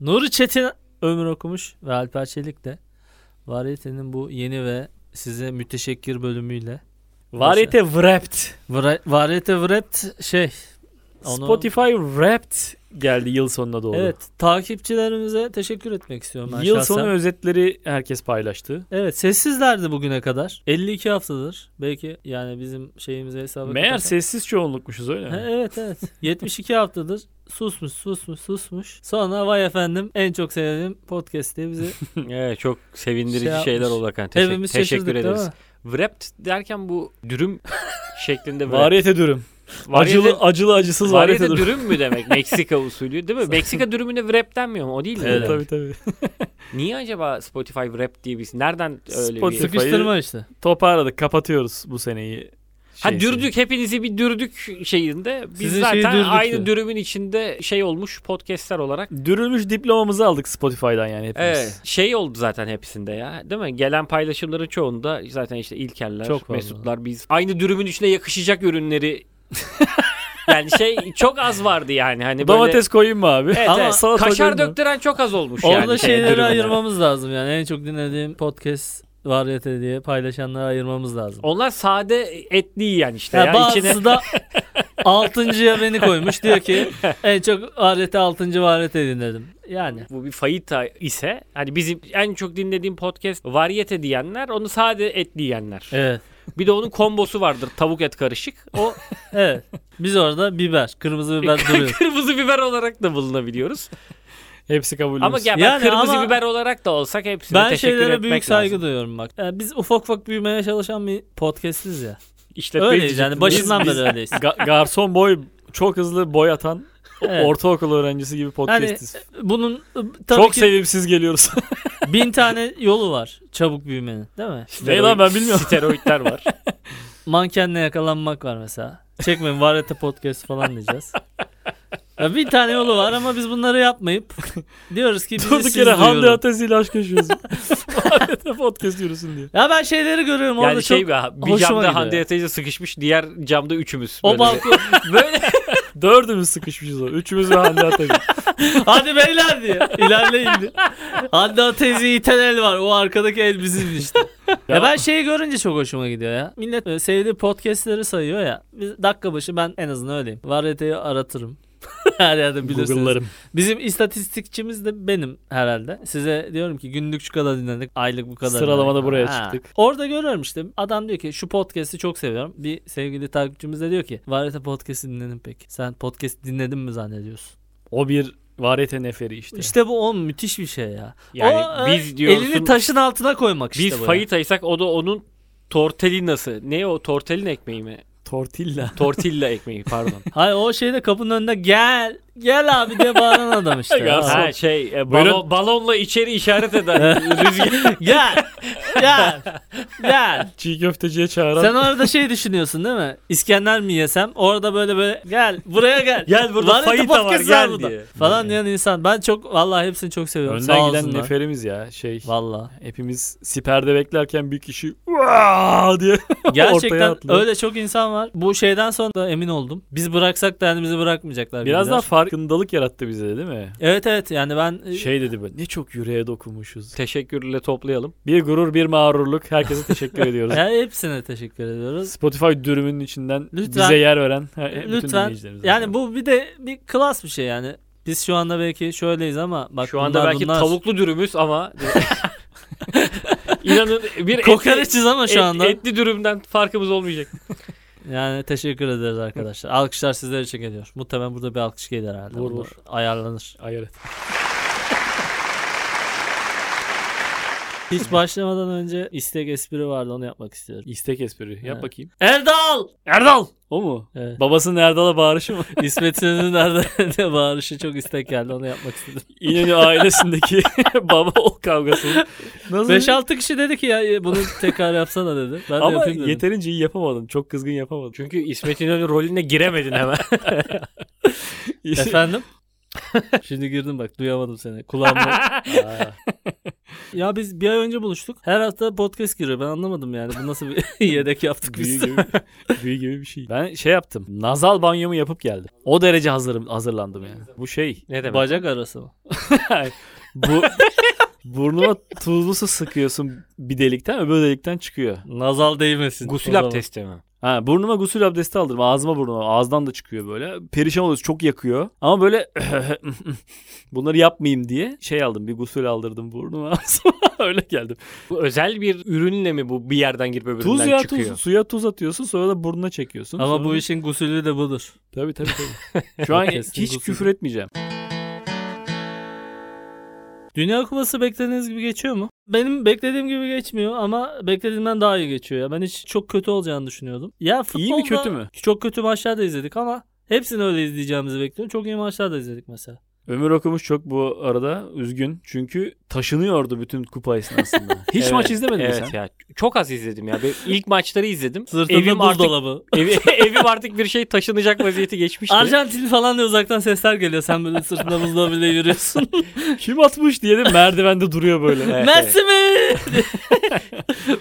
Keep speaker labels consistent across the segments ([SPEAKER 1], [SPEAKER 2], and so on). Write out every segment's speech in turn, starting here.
[SPEAKER 1] Nuri Çetin ömür okumuş ve Alper Çelik de Variyete'nin bu yeni ve size müteşekkir bölümüyle
[SPEAKER 2] Variyete Wrapped.
[SPEAKER 1] Vra- Variyete Wrapped şey onu-
[SPEAKER 2] Spotify Wrapped geldi yıl sonuna doğru.
[SPEAKER 1] Evet takipçilerimize teşekkür etmek istiyorum ben
[SPEAKER 2] Yıl
[SPEAKER 1] şahsen.
[SPEAKER 2] sonu özetleri herkes paylaştı.
[SPEAKER 1] Evet sessizlerdi bugüne kadar. 52 haftadır. Belki yani bizim şeyimize hesaba
[SPEAKER 2] Meğer
[SPEAKER 1] katarsak-
[SPEAKER 2] sessiz çoğunlukmuşuz öyle mi?
[SPEAKER 1] Ha, evet evet. 72 haftadır susmuş susmuş susmuş. Sonra vay efendim en çok sevdiğim podcast diye bizi
[SPEAKER 3] Evet çok sevindirici
[SPEAKER 1] Şey
[SPEAKER 3] şeyler
[SPEAKER 1] yapmış.
[SPEAKER 3] oldu Hakan. Teşek-
[SPEAKER 1] evimiz
[SPEAKER 3] teşekkür
[SPEAKER 1] şaşırdık değil
[SPEAKER 3] ederiz.
[SPEAKER 1] mi?
[SPEAKER 3] Wrapped derken bu dürüm şeklinde wrap.
[SPEAKER 2] Variyete dürüm. Acılı acılı acısız variyete,
[SPEAKER 3] variyete
[SPEAKER 2] dürüm.
[SPEAKER 3] dürüm mü demek Meksika usulü değil mi? Meksika dürümüne wrap denmiyor mu? O değil mi?
[SPEAKER 1] Evet.
[SPEAKER 2] Tabii tabii.
[SPEAKER 3] Niye acaba Spotify wrap diye bir nereden öyle
[SPEAKER 2] Spotify-
[SPEAKER 3] bir...
[SPEAKER 1] Sıkıştırma işte.
[SPEAKER 2] Toparladık, kapatıyoruz bu seneyi. Şey
[SPEAKER 3] Ha
[SPEAKER 2] Şeysi.
[SPEAKER 3] dürdük hepinizi bir dürdük şeyinde. Biz
[SPEAKER 1] Sizin şeyi
[SPEAKER 3] zaten
[SPEAKER 1] dürdük
[SPEAKER 3] aynı
[SPEAKER 1] ya.
[SPEAKER 3] dürümün içinde şey olmuş podcastler olarak.
[SPEAKER 2] Dürülmüş diplomamızı aldık Spotify'dan yani hepimiz.
[SPEAKER 3] Evet. Şey oldu zaten hepsinde ya. Değil mi? Gelen paylaşımların çoğunda zaten işte İlkerler,
[SPEAKER 1] Çok fazla.
[SPEAKER 3] Mesutlar biz aynı dürümün içine yakışacak ürünleri yani şey çok az vardı yani hani böyle
[SPEAKER 2] Domates koyayım mı abi?
[SPEAKER 3] Evet,
[SPEAKER 1] Ama
[SPEAKER 3] evet.
[SPEAKER 2] salata
[SPEAKER 3] kaşar
[SPEAKER 2] koyayım mı?
[SPEAKER 3] döktüren çok az olmuş yani. şey
[SPEAKER 1] Orada şeyleri
[SPEAKER 3] dürümüne.
[SPEAKER 1] ayırmamız lazım yani. En çok dinlediğim podcast variyete diye paylaşanları ayırmamız lazım.
[SPEAKER 3] Onlar sade etli yani işte
[SPEAKER 1] Ya
[SPEAKER 3] ya,
[SPEAKER 1] bazısı
[SPEAKER 3] içine
[SPEAKER 1] da altıncıya beni koymuş. Diyor ki en çok variyete altıncı variyete dinledim. Yani.
[SPEAKER 3] bu bir fayita ise hani bizim en çok dinlediğim podcast varyete diyenler onu sade et diyenler.
[SPEAKER 1] Evet.
[SPEAKER 3] Bir de onun kombosu vardır tavuk et karışık. O
[SPEAKER 1] Evet. Biz orada biber, kırmızı biber duruyor.
[SPEAKER 3] kırmızı biber olarak da bulunabiliyoruz.
[SPEAKER 2] Hepsi kabul
[SPEAKER 3] Ama gel ben
[SPEAKER 1] Yani
[SPEAKER 3] kırmızı
[SPEAKER 1] ama-
[SPEAKER 3] biber olarak da olsak hepsine
[SPEAKER 1] Ben
[SPEAKER 3] teşekkür
[SPEAKER 1] şeylere
[SPEAKER 3] etmek
[SPEAKER 1] büyük saygı
[SPEAKER 3] lazım.
[SPEAKER 1] duyuyorum bak. Yani biz ufak ufak büyümeye çalışan bir podcastiz ya.
[SPEAKER 2] İşletme
[SPEAKER 1] Öyleyiz yani başından beri öyleyiz.
[SPEAKER 2] Ga- garson boy çok hızlı boy atan
[SPEAKER 1] Evet.
[SPEAKER 2] ortaokul öğrencisi gibi podcastiz.
[SPEAKER 1] Bunun ı, tabii
[SPEAKER 2] çok
[SPEAKER 1] ki
[SPEAKER 2] sevimsiz geliyoruz.
[SPEAKER 1] bin tane yolu var çabuk büyümenin değil mi?
[SPEAKER 2] Ne lan ben bilmiyorum.
[SPEAKER 3] Steroidler var.
[SPEAKER 1] Mankenle yakalanmak var mesela. Çekmeyin varete podcast falan diyeceğiz. Ya bir tane yolu var ama biz bunları yapmayıp diyoruz ki bizi
[SPEAKER 2] Durduk
[SPEAKER 1] siz
[SPEAKER 2] yere Hande
[SPEAKER 1] duyurun.
[SPEAKER 2] Atezi ile aşk yaşıyoruz. Ahmet'e podcast yürüsün diye.
[SPEAKER 1] Ya ben şeyleri görüyorum orada
[SPEAKER 3] yani şey
[SPEAKER 1] çok...
[SPEAKER 3] bir,
[SPEAKER 1] hoşuma
[SPEAKER 3] bir camda
[SPEAKER 1] gidiyor.
[SPEAKER 3] Hande Yatay'la sıkışmış diğer camda üçümüz.
[SPEAKER 1] O
[SPEAKER 3] Böyle
[SPEAKER 1] balkon
[SPEAKER 3] böyle
[SPEAKER 2] Dördümüz sıkışmışız o. Üçümüz ve Hande Atezi.
[SPEAKER 1] hadi beyler diye ilerleyin diye. Hande Atezi iten el var. O arkadaki el bizim işte. Ya, ben şeyi görünce çok hoşuma gidiyor ya. Millet e, sevdiği podcastleri sayıyor ya. Biz dakika başı ben en azından öyleyim. Varyeteyi aratırım. Her yerde bilirsiniz.
[SPEAKER 2] Google'larım.
[SPEAKER 1] Bizim istatistikçimiz de benim herhalde. Size diyorum ki günlük şu kadar dinledik, aylık bu kadar.
[SPEAKER 2] Sıralamada
[SPEAKER 1] dinledik.
[SPEAKER 2] buraya çıktık.
[SPEAKER 1] Orada görüyorum işte adam diyor ki şu podcast'i çok seviyorum. Bir sevgili takipçimiz de diyor ki Varete podcast'i dinledim peki. Sen podcast dinledin mi zannediyorsun?
[SPEAKER 2] O bir variyete neferi işte.
[SPEAKER 1] İşte bu on müthiş bir şey ya.
[SPEAKER 3] yani
[SPEAKER 1] O, e,
[SPEAKER 3] biz diyorsun
[SPEAKER 1] Elini taşın altına koymak işte
[SPEAKER 3] biz
[SPEAKER 1] bu ya.
[SPEAKER 3] fayitaysak o da onun tortellinası. Ne o tortellin ekmeği mi?
[SPEAKER 2] Tortilla.
[SPEAKER 3] Tortilla ekmeği pardon.
[SPEAKER 1] Hayır o şeyde kapının önünde gel gel abi diye bağıran adam işte.
[SPEAKER 2] Garson.
[SPEAKER 1] Ha,
[SPEAKER 3] ha şey e,
[SPEAKER 2] Buyurun.
[SPEAKER 3] balon, balonla içeri işaret eden rüzgar.
[SPEAKER 1] gel gel gel.
[SPEAKER 2] Çiğ köfteciye çağıran.
[SPEAKER 1] Sen orada şey düşünüyorsun değil mi? İskender mi yesem? Orada böyle böyle gel buraya gel.
[SPEAKER 3] Gel burada
[SPEAKER 1] Lanet
[SPEAKER 3] fayita
[SPEAKER 1] podcast
[SPEAKER 3] var,
[SPEAKER 1] var
[SPEAKER 3] gel
[SPEAKER 1] burada.
[SPEAKER 3] diye.
[SPEAKER 1] Falan diyen insan. Ben çok vallahi hepsini çok seviyorum. Sağ
[SPEAKER 2] Önden giden
[SPEAKER 1] olsunlar.
[SPEAKER 2] neferimiz ya. Şey.
[SPEAKER 1] Vallahi.
[SPEAKER 2] Hepimiz siperde beklerken bir kişi "Vaa!" diye
[SPEAKER 1] Gerçekten
[SPEAKER 2] atlıyor.
[SPEAKER 1] öyle çok insan var. Bu şeyden sonra da emin oldum. Biz bıraksak da yani bizi bırakmayacaklar.
[SPEAKER 2] biraz
[SPEAKER 1] gibiler.
[SPEAKER 2] daha farkındalık yarattı bize de, değil mi?
[SPEAKER 1] Evet evet yani ben
[SPEAKER 2] Şey dedi böyle ne çok yüreğe dokunmuşuz.
[SPEAKER 3] Teşekkürle toplayalım.
[SPEAKER 2] Bir gurur bir mağrurluk herkese teşekkür ediyoruz.
[SPEAKER 1] yani e, hepsine teşekkür ediyoruz.
[SPEAKER 2] Spotify dürümünün içinden
[SPEAKER 1] Lütfen.
[SPEAKER 2] bize yer veren he- he- e, bütün
[SPEAKER 1] Lütfen.
[SPEAKER 2] dinleyicilerimize.
[SPEAKER 1] Yani bu bir de bir klas bir şey yani. Biz şu anda belki şöyleyiz ama bak
[SPEAKER 3] Şu anda
[SPEAKER 1] bunlar-
[SPEAKER 3] belki
[SPEAKER 1] bunlar-
[SPEAKER 3] tavuklu dürümüz ama inanın bir etli-
[SPEAKER 1] kokoreçiz ama şu
[SPEAKER 3] et-
[SPEAKER 1] anda.
[SPEAKER 3] etli dürümden farkımız olmayacak.
[SPEAKER 1] Yani teşekkür ederiz arkadaşlar. Alkışlar sizler için geliyor. Muhtemelen burada bir alkış gelir herhalde.
[SPEAKER 2] Vur,
[SPEAKER 1] Bunu
[SPEAKER 2] vur.
[SPEAKER 1] Ayarlanır.
[SPEAKER 2] Ay evet.
[SPEAKER 1] Hiç başlamadan önce istek espri vardı onu yapmak istiyorum.
[SPEAKER 2] İstek espri. Yap
[SPEAKER 1] Ha.
[SPEAKER 2] bakayım.
[SPEAKER 1] Erdal!
[SPEAKER 2] Erdal! O mu?
[SPEAKER 1] Evet.
[SPEAKER 2] Babasının Erdal'a bağırışı mı?
[SPEAKER 1] İsmet İnönü'nün nerede bağırışı çok istek geldi onu yapmak istedim.
[SPEAKER 2] İnönü ailesindeki baba o kavgası.
[SPEAKER 1] 5-6 kişi dedi ki ya e, bunu tekrar yapsana dedi. Ben de
[SPEAKER 2] Ama
[SPEAKER 1] yapayım dedim.
[SPEAKER 2] yeterince iyi yapamadın. Çok kızgın yapamadın.
[SPEAKER 3] Çünkü İsmet İnönü rolüne giremedin hemen.
[SPEAKER 1] Efendim? Şimdi girdim bak duyamadım seni. Kulağımda. Aa. Ya biz bir ay önce buluştuk. Her hafta podcast giriyor. Ben anlamadım yani. Bu nasıl bir yedek yaptık
[SPEAKER 2] Büyü
[SPEAKER 1] biz.
[SPEAKER 2] gibi, büyü gibi bir şey. Ben şey yaptım. Nazal banyomu yapıp geldim. O derece hazırım, hazırlandım yani. Bu şey.
[SPEAKER 3] Ne demek?
[SPEAKER 1] Bacak arası mı?
[SPEAKER 2] Bu burnuna tuzlu su sıkıyorsun bir delikten öbür delikten çıkıyor.
[SPEAKER 1] Nazal değmesin. O
[SPEAKER 3] Gusül
[SPEAKER 1] zaman.
[SPEAKER 3] abdesti mi?
[SPEAKER 2] Ha, burnuma gusül abdesti aldım. Ağzıma burnuma. Ağızdan da çıkıyor böyle. Perişan oluyorsun. Çok yakıyor. Ama böyle bunları yapmayayım diye şey aldım. Bir gusül aldırdım burnuma. Öyle geldim.
[SPEAKER 3] Bu özel bir ürünle mi bu bir yerden girip öbüründen
[SPEAKER 2] Tuz ya
[SPEAKER 3] çıkıyor?
[SPEAKER 2] tuz. Suya tuz atıyorsun. Sonra da burnuna çekiyorsun.
[SPEAKER 1] Ama
[SPEAKER 2] Sonra-
[SPEAKER 1] bu işin gusülü de budur.
[SPEAKER 2] Tabii tabii tabii. Şu an
[SPEAKER 1] Kesin
[SPEAKER 2] hiç
[SPEAKER 1] gusül.
[SPEAKER 2] küfür etmeyeceğim.
[SPEAKER 1] Dünya Kupası beklediğiniz gibi geçiyor mu? Benim beklediğim gibi geçmiyor ama beklediğimden daha iyi geçiyor ya. Ben hiç çok kötü olacağını düşünüyordum. Ya futbolda
[SPEAKER 2] İyi mi kötü mü?
[SPEAKER 1] Çok kötü maçlar da izledik ama hepsini öyle izleyeceğimizi bekliyorum. Çok iyi maçlar da izledik mesela.
[SPEAKER 2] Ömür okumuş çok bu arada üzgün. Çünkü taşınıyordu bütün kupa esnasında. Hiç
[SPEAKER 3] Evet,
[SPEAKER 2] maç izlemedin mi
[SPEAKER 3] evet
[SPEAKER 2] sen?
[SPEAKER 3] ya. Çok az izledim ya. Ben ilk maçları izledim.
[SPEAKER 1] Sırtında
[SPEAKER 3] evim artık
[SPEAKER 1] buzdolabı.
[SPEAKER 3] evi, evim artık bir şey taşınacak vaziyeti geçmişti.
[SPEAKER 1] Arjantin falan diye uzaktan sesler geliyor. Sen böyle sırtında buzdolabıyla yürüyorsun.
[SPEAKER 2] Kim atmış diye de merdivende duruyor böyle.
[SPEAKER 3] Evet,
[SPEAKER 1] Messi mi?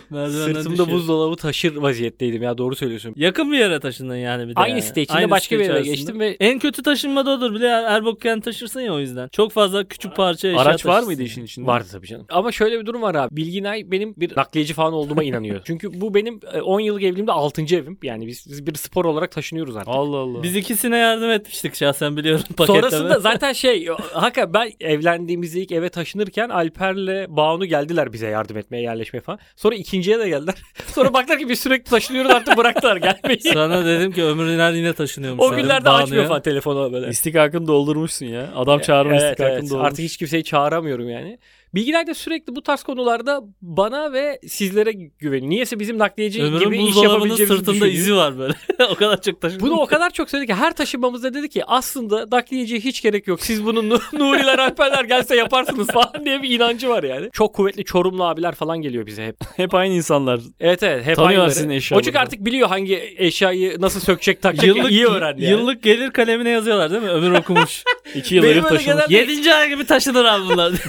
[SPEAKER 1] Merdivenden
[SPEAKER 3] Sırtımda
[SPEAKER 1] düşüyor.
[SPEAKER 3] buzdolabı taşır vaziyetteydim ya doğru söylüyorsun.
[SPEAKER 1] Yakın bir yere taşındın yani bir de.
[SPEAKER 3] Aynı
[SPEAKER 1] yani.
[SPEAKER 3] site içinde
[SPEAKER 1] Aynı
[SPEAKER 3] başka
[SPEAKER 1] site
[SPEAKER 3] bir yere
[SPEAKER 1] içerisinde.
[SPEAKER 3] geçtim ve
[SPEAKER 1] En kötü taşınma da odur. Bir de Er- Erbok kendi taşırsın ya o yüzden. Çok fazla küçük parça eşya
[SPEAKER 2] Araç var
[SPEAKER 1] taşırsın.
[SPEAKER 2] mıydı işin içinde?
[SPEAKER 3] Vardı tabii canım. Ama şöyle bir durum var abi. Bilginay benim bir nakliyeci falan olduğuma inanıyor. Çünkü bu benim e, 10 yıllık evliliğimde 6. evim. Yani biz, biz bir spor olarak taşınıyoruz artık.
[SPEAKER 2] Allah Allah.
[SPEAKER 1] Biz ikisine yardım etmiştik şahsen biliyorum paketleme.
[SPEAKER 3] Sonrasında zaten şey hakikaten ben evlendiğimizde ilk eve taşınırken Alper'le Banu geldiler bize yardım etmeye yerleşmeye falan. Sonra ikinciye de geldiler. Sonra baktılar ki biz sürekli taşınıyoruz artık bıraktılar gelmeyi.
[SPEAKER 1] sana dedim ki Ömür İnan yine taşınıyormuş.
[SPEAKER 3] o
[SPEAKER 1] dedim.
[SPEAKER 3] günlerde
[SPEAKER 1] Bağını
[SPEAKER 3] açmıyor
[SPEAKER 1] ya.
[SPEAKER 3] falan telefonu böyle.
[SPEAKER 2] İstikakını doldurmuşsun ya. Adam çağırma
[SPEAKER 3] Evet,
[SPEAKER 2] istikakını
[SPEAKER 3] evet.
[SPEAKER 2] doldurmuş.
[SPEAKER 3] Artık hiç kimseyi çağıramıyorum yani. Bilginay da sürekli bu tarz konularda bana ve sizlere güveniyor. Niyeyse bizim nakliyeci gibi
[SPEAKER 1] Ömür'ün
[SPEAKER 3] iş
[SPEAKER 1] buzdolabının
[SPEAKER 3] yapabileceğimizi
[SPEAKER 1] sırtında
[SPEAKER 3] düşünüyor.
[SPEAKER 1] izi var böyle. o kadar çok taşınmış.
[SPEAKER 3] Bunu o kadar çok söyledi ki her taşınmamızda dedi ki aslında nakliyeciye hiç gerek yok. Siz bunu Nu- Nuriler Alperler gelse yaparsınız falan diye bir inancı var yani. Çok kuvvetli Çorumlu abiler falan geliyor bize hep.
[SPEAKER 2] Hep aynı insanlar.
[SPEAKER 3] Evet evet hep
[SPEAKER 2] Tanıyorlar
[SPEAKER 3] aynıları.
[SPEAKER 2] sizin
[SPEAKER 3] O
[SPEAKER 2] eşyalarınızı.
[SPEAKER 3] çünkü artık biliyor hangi eşyayı nasıl sökecek takacak
[SPEAKER 1] Yıllık,
[SPEAKER 3] iyi öğrendi yani.
[SPEAKER 1] yıllık gelir kalemine yazıyorlar değil mi? Ömür okumuş.
[SPEAKER 2] İki yıl herif
[SPEAKER 3] böyle
[SPEAKER 2] taşımış.
[SPEAKER 3] genel-
[SPEAKER 1] Yedinci ay gibi taşınır abi bunlar.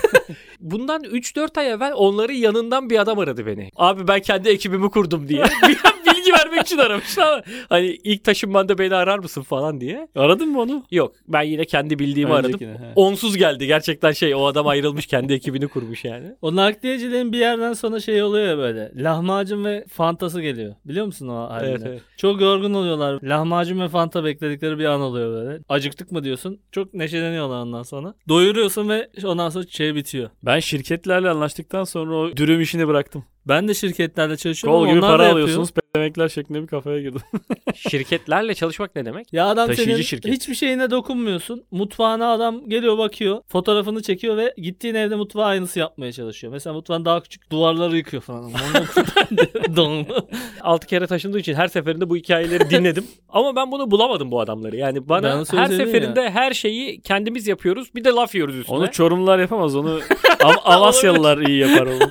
[SPEAKER 3] Bundan 3-4 ay evvel onların yanından bir adam aradı beni. Abi ben kendi ekibimi kurdum diye. Bilgi vermek için aramış ama hani ilk taşınmanda beni arar mısın falan diye.
[SPEAKER 2] Aradın mı onu?
[SPEAKER 3] Yok ben yine kendi bildiğimi aradım.
[SPEAKER 2] Öncekine, he.
[SPEAKER 3] Onsuz geldi. Gerçekten şey o adam ayrılmış kendi ekibini kurmuş yani.
[SPEAKER 1] O nakliyeciliğin bir yerden sonra şey oluyor ya böyle. Lahmacun ve fantası geliyor. Biliyor musun o halini?
[SPEAKER 3] Evet, evet.
[SPEAKER 1] Çok yorgun oluyorlar. Lahmacun ve fanta bekledikleri bir an oluyor böyle. Acıktık mı diyorsun. Çok neşeleniyorlar ondan sonra. Doyuruyorsun ve ondan sonra şey bitiyor.
[SPEAKER 2] Ben şirketlerle anlaştıktan sonra o dürüm işini bıraktım.
[SPEAKER 1] Ben de şirketlerde çalışıyorum.
[SPEAKER 2] Kol
[SPEAKER 1] ama
[SPEAKER 2] gibi
[SPEAKER 1] onlar
[SPEAKER 2] para
[SPEAKER 1] da yapıyor.
[SPEAKER 2] alıyorsunuz. Demekler şeklinde bir kafaya girdim.
[SPEAKER 3] Şirketlerle çalışmak ne demek?
[SPEAKER 1] Ya adam
[SPEAKER 2] Taşıyıcı
[SPEAKER 1] senin
[SPEAKER 2] şirket.
[SPEAKER 1] hiçbir şeyine dokunmuyorsun. Mutfağına adam geliyor bakıyor. Fotoğrafını çekiyor ve gittiğin evde mutfağı aynısı yapmaya çalışıyor. Mesela mutfağın daha küçük duvarları yıkıyor falan. Don.
[SPEAKER 3] 6 kere taşındığı için her seferinde bu hikayeleri dinledim. Ama ben bunu bulamadım bu adamları. Yani
[SPEAKER 1] Ben
[SPEAKER 3] bana
[SPEAKER 1] onu
[SPEAKER 3] her
[SPEAKER 1] söyledim
[SPEAKER 3] seferinde her şeyi kendimiz yapıyoruz. Bir de laf yiyoruz üstüne.
[SPEAKER 2] Onu Çorumlular yapamaz. Onu Am- Amasyalılar iyi yapar onu.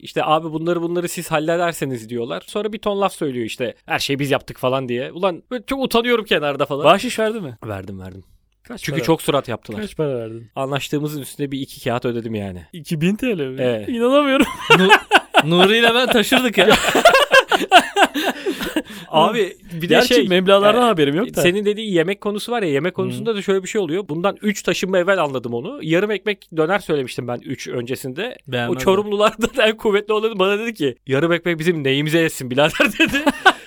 [SPEAKER 3] İşte abi bunları bunları siz hallederseniz diyorlar. Sonra bir ton laf söylüyor işte. Her şeyi biz yaptık falan diye. Ulan böyle çok utanıyorum kenarda falan.
[SPEAKER 2] Bahşiş verdi mi?
[SPEAKER 3] Verdim verdim. Çünkü
[SPEAKER 2] Çünkü çok
[SPEAKER 3] çok surat yaptılar.
[SPEAKER 2] Kaç para verdin?
[SPEAKER 3] Anlaştığımızın üstüne bir iki kağıt ödedim yani.
[SPEAKER 2] 2000 TL mi?
[SPEAKER 3] Evet.
[SPEAKER 2] İnanamıyorum.
[SPEAKER 1] Nuri ile ben taşırdık ya.
[SPEAKER 3] Abi bir de
[SPEAKER 2] Gerçi
[SPEAKER 3] şey.
[SPEAKER 2] meblalardan
[SPEAKER 3] e,
[SPEAKER 2] haberim yok da.
[SPEAKER 3] Senin dediğin yemek konusu var ya yemek konusunda da şöyle bir şey oluyor. Bundan 3 taşınma evvel anladım onu. Yarım ekmek döner söylemiştim ben 3 öncesinde.
[SPEAKER 1] Beğenmez
[SPEAKER 3] o Çorumlulardan en kuvvetli olanı bana dedi ki yarım ekmek bizim neyimize yesin birader dedi.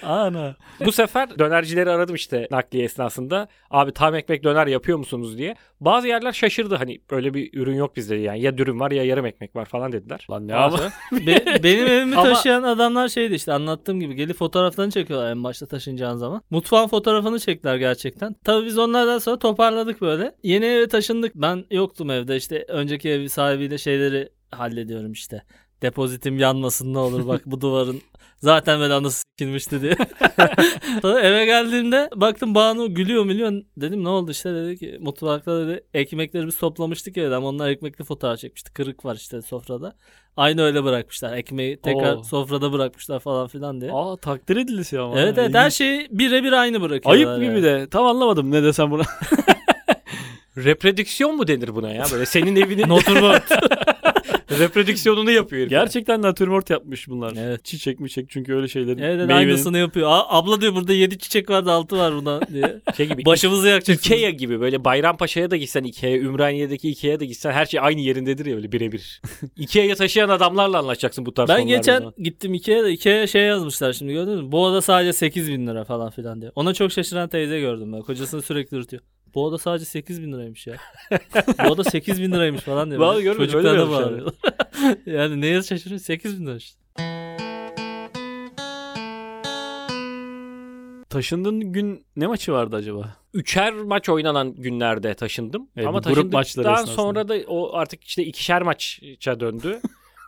[SPEAKER 2] Ana.
[SPEAKER 3] Bu sefer dönercileri aradım işte nakliye esnasında. Abi tam ekmek döner yapıyor musunuz diye. Bazı yerler şaşırdı hani öyle bir ürün yok bizde yani. Ya dürüm var ya yarım ekmek var falan dediler.
[SPEAKER 2] Lan ne
[SPEAKER 3] Ondan
[SPEAKER 2] ama?
[SPEAKER 3] sonra-
[SPEAKER 1] Be- benim evimi
[SPEAKER 3] Ama-
[SPEAKER 1] taşıyan adamlar şeydi işte anlattığım gibi gelip fotoğraflarını çekiyorlar en başta taşınacağın zaman. Mutfağın fotoğrafını çektiler gerçekten. Tabii biz onlardan sonra toparladık böyle. Yeni eve taşındık. Ben yoktum evde işte önceki ev sahibiyle şeyleri hallediyorum işte. Depozitim yanmasın ne olur bak bu duvarın zaten böyle anası sikilmişti diye. sonra eve geldiğimde baktım Banu gülüyor milyon dedim ne oldu işte dedi ki mutfakta dedi ekmekleri biz toplamıştık ya ama onlar ekmekli fotoğraf çekmişti kırık var işte sofrada. Aynı öyle bırakmışlar. Ekmeği tekrar
[SPEAKER 2] Oo.
[SPEAKER 1] sofrada bırakmışlar falan filan diye.
[SPEAKER 2] Aa takdir edilisi ama.
[SPEAKER 1] evet şey- evet
[SPEAKER 2] İyi.
[SPEAKER 1] her şeyi birebir aynı bırakıyorlar.
[SPEAKER 2] Ayıp gibi de. Tam anlamadım ne desem buna.
[SPEAKER 3] Ah. Reprodüksiyon mu denir buna ya? Böyle senin evinin
[SPEAKER 1] Notebook.
[SPEAKER 3] reprodüksiyonunu yapıyor herif.
[SPEAKER 2] Gerçekten natürmort yapmış bunlar.
[SPEAKER 1] Evet.
[SPEAKER 2] Çiçek mi çek çünkü öyle şeylerin.
[SPEAKER 1] Evet evet,
[SPEAKER 2] meyvenin-
[SPEAKER 1] aynısını yapıyor. A- abla diyor burada 7 çiçek vardı 6 var buna diye.
[SPEAKER 3] Şey gibi,
[SPEAKER 1] Başımızı yakacak.
[SPEAKER 3] Ikea gibi böyle Bayrampaşa'ya da gitsen Ikea, Ümraniye'deki Ikea'ya da gitsen her şey aynı yerindedir ya öyle birebir. Ikea'ya taşıyan adamlarla anlaşacaksın bu tarz
[SPEAKER 1] Ben
[SPEAKER 3] konularda
[SPEAKER 1] geçen
[SPEAKER 3] falan.
[SPEAKER 1] gittim Ikea'da Ikea'ya şey yazmışlar şimdi gördün mü? Bu oda sadece 8 bin lira falan filan diye. Ona çok şaşıran teyze gördüm ben. Kocasını sürekli ürtüyor. Bu oda sadece 8 bin liraymış ya. Bu oda 8 bin liraymış falan diyor.
[SPEAKER 2] Vallahi görmedim,
[SPEAKER 1] Çocuklar
[SPEAKER 2] öyle
[SPEAKER 1] da
[SPEAKER 2] diyormuş
[SPEAKER 1] bağırıyorlar. yani neye şaşırıyor? 8 bin lira işte.
[SPEAKER 2] Taşındığın gün ne maçı vardı acaba?
[SPEAKER 3] üçer maç oynanan günlerde taşındım.
[SPEAKER 2] Evet,
[SPEAKER 3] Ama
[SPEAKER 2] E, bu grup maçları
[SPEAKER 3] taşındıktan
[SPEAKER 2] esnasında.
[SPEAKER 3] sonra da o artık işte ikişer maça döndü.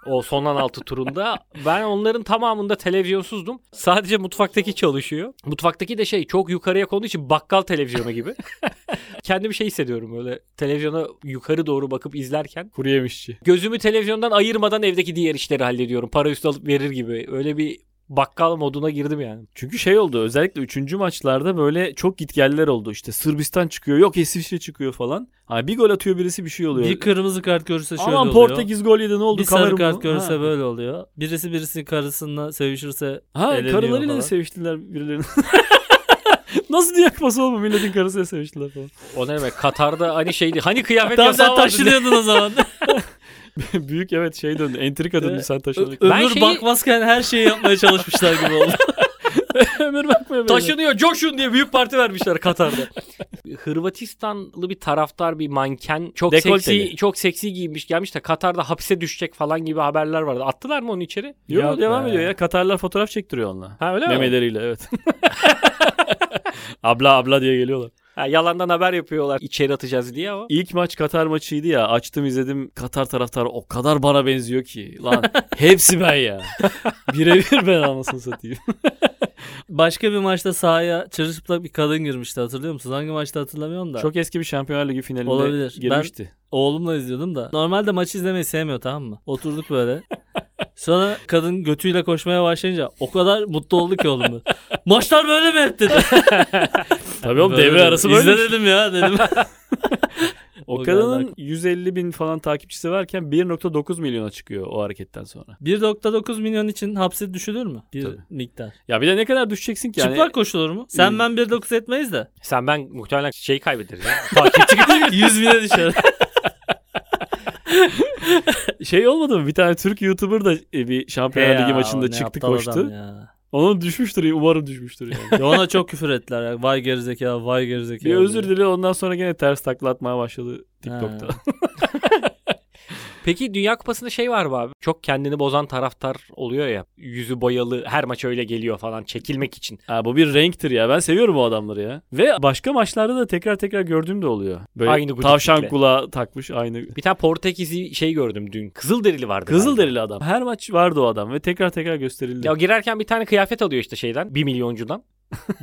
[SPEAKER 3] o son 16 turunda. Ben onların tamamında televizyonsuzdum. Sadece mutfaktaki çalışıyor. Mutfaktaki de şey çok yukarıya konduğu için bakkal televizyonu gibi. Kendimi şey hissediyorum öyle televizyona yukarı doğru bakıp izlerken.
[SPEAKER 2] Kuru yemişçi.
[SPEAKER 3] Gözümü televizyondan ayırmadan evdeki diğer işleri hallediyorum. Para üstü alıp verir gibi. Öyle bir bakkal moduna girdim yani.
[SPEAKER 2] Çünkü şey oldu özellikle 3. maçlarda böyle çok gitgeller oldu. İşte Sırbistan çıkıyor yok İsviçre çıkıyor falan. Ha, bir gol atıyor birisi bir şey oluyor.
[SPEAKER 1] Bir kırmızı kart görürse şöyle
[SPEAKER 2] Aman
[SPEAKER 1] oluyor.
[SPEAKER 2] Portekiz gol yedi ne oldu?
[SPEAKER 1] bir sarı
[SPEAKER 2] Kamerun
[SPEAKER 1] kart
[SPEAKER 2] mu?
[SPEAKER 1] görürse
[SPEAKER 2] Ha.
[SPEAKER 1] böyle oluyor. Birisi birisi karısıyla sevişirse
[SPEAKER 2] Ha
[SPEAKER 1] Eğleniyor
[SPEAKER 2] karılarıyla
[SPEAKER 1] falan.
[SPEAKER 2] da seviştiler birilerini. Nasıl diye akması oğlum milletin karısıyla seviştiler falan.
[SPEAKER 3] O ne demek? Katar'da hani şeydi. Hani kıyafet
[SPEAKER 1] Tam sen
[SPEAKER 3] yasağı vardı.
[SPEAKER 1] taşınıyordun o zaman.
[SPEAKER 2] Büyük evet şey döndü entrika döndü
[SPEAKER 1] Evet.
[SPEAKER 2] sen taşınarak.
[SPEAKER 3] Ben
[SPEAKER 1] Ömür
[SPEAKER 3] şeyi-
[SPEAKER 1] bakmazken her şeyi yapmaya çalışmışlar gibi oldu.
[SPEAKER 2] Ömür bakmıyor böyle.
[SPEAKER 3] Taşınıyor coşun diye büyük parti vermişler Katar'da. Hırvatistanlı bir taraftar bir manken çok
[SPEAKER 2] Dekolteli.
[SPEAKER 3] seksi çok seksi giymiş gelmiş de Katar'da hapse düşecek falan gibi haberler vardı. Attılar mı onu içeri?
[SPEAKER 2] Yok,
[SPEAKER 1] Yok
[SPEAKER 2] devam
[SPEAKER 1] be.
[SPEAKER 2] ediyor ya. Katarlar fotoğraf çektiriyor onunla.
[SPEAKER 3] Ha öyle mi?
[SPEAKER 2] Memeleriyle evet. abla abla diye geliyorlar.
[SPEAKER 3] Ha, yalandan haber yapıyorlar içeri atacağız diye ama.
[SPEAKER 2] İlk maç Katar maçıydı ya. Açtım izledim. Katar taraftarı o kadar bana benziyor ki. Lan hepsi ben ya. Birebir ben anasını satayım.
[SPEAKER 1] Başka bir maçta sahaya çırılçıplak bir kadın girmişti hatırlıyor musunuz? Hangi maçta hatırlamıyorum da.
[SPEAKER 2] Çok eski bir Şampiyonlar Ligi finalinde
[SPEAKER 1] Olabilir. Ben-
[SPEAKER 2] girmişti.
[SPEAKER 1] Oğlumla izliyordum da. Normalde maçı izlemeyi sevmiyor tamam mı? Oturduk böyle. Sonra kadın götüyle koşmaya başlayınca o kadar mutlu oldu ki oğlum. Maçlar böyle mi hep dedi.
[SPEAKER 2] Tabii oğlum
[SPEAKER 1] Böyle
[SPEAKER 2] devre
[SPEAKER 1] dedi.
[SPEAKER 2] arası böyle.
[SPEAKER 1] İzle dedim ya dedim.
[SPEAKER 2] O
[SPEAKER 1] O
[SPEAKER 2] kadının
[SPEAKER 1] kadar.
[SPEAKER 2] 150 bin falan takipçisi varken 1.9 milyona çıkıyor o hareketten sonra.
[SPEAKER 1] 1.9 milyon için hapse düşülür mü? Bir
[SPEAKER 2] Tabii.
[SPEAKER 1] miktar.
[SPEAKER 2] Ya bir de ne kadar düşeceksin ki? Yani
[SPEAKER 1] Çıplak koşulur mu? Sen ben 1.9 etmeyiz de.
[SPEAKER 3] Sen ben muhtemelen şey kaybederiz. ya. Takipçi
[SPEAKER 1] 100 bine düşer.
[SPEAKER 2] şey olmadı mı? Bir tane Türk YouTuber da e, bir Şampiyonlar Ligi
[SPEAKER 1] Ya,
[SPEAKER 2] maçında
[SPEAKER 1] ne
[SPEAKER 2] çıktı
[SPEAKER 1] aptal adam
[SPEAKER 2] koştu.
[SPEAKER 1] ya.
[SPEAKER 2] Onun düşmüştür. Umarım düşmüştür yani.
[SPEAKER 1] Ya ona çok küfür ettiler. Ya. Vay gerizekalı, vay gerizekalı.
[SPEAKER 2] Bir özür dile ondan sonra gene ters takla atmaya başladı TikTok'ta.
[SPEAKER 3] Peki Dünya Kupası'nda şey var mı abi? Çok kendini bozan taraftar oluyor ya. Yüzü boyalı her maç öyle geliyor falan çekilmek için.
[SPEAKER 2] ha, bu bir renktir ya. Ben seviyorum bu adamları ya. Ve başka maçlarda da tekrar tekrar gördüğüm de oluyor. Böyle
[SPEAKER 3] Aynı gudiklikle.
[SPEAKER 2] tavşan kulağı takmış aynı.
[SPEAKER 3] Bir tane Portekizli şey gördüm dün. Kızılderili vardı. galiba.
[SPEAKER 2] Kızılderili adam. Her maç vardı o adam ve tekrar tekrar gösterildi.
[SPEAKER 3] Ya girerken bir tane kıyafet alıyor işte şeyden. Bir milyoncudan.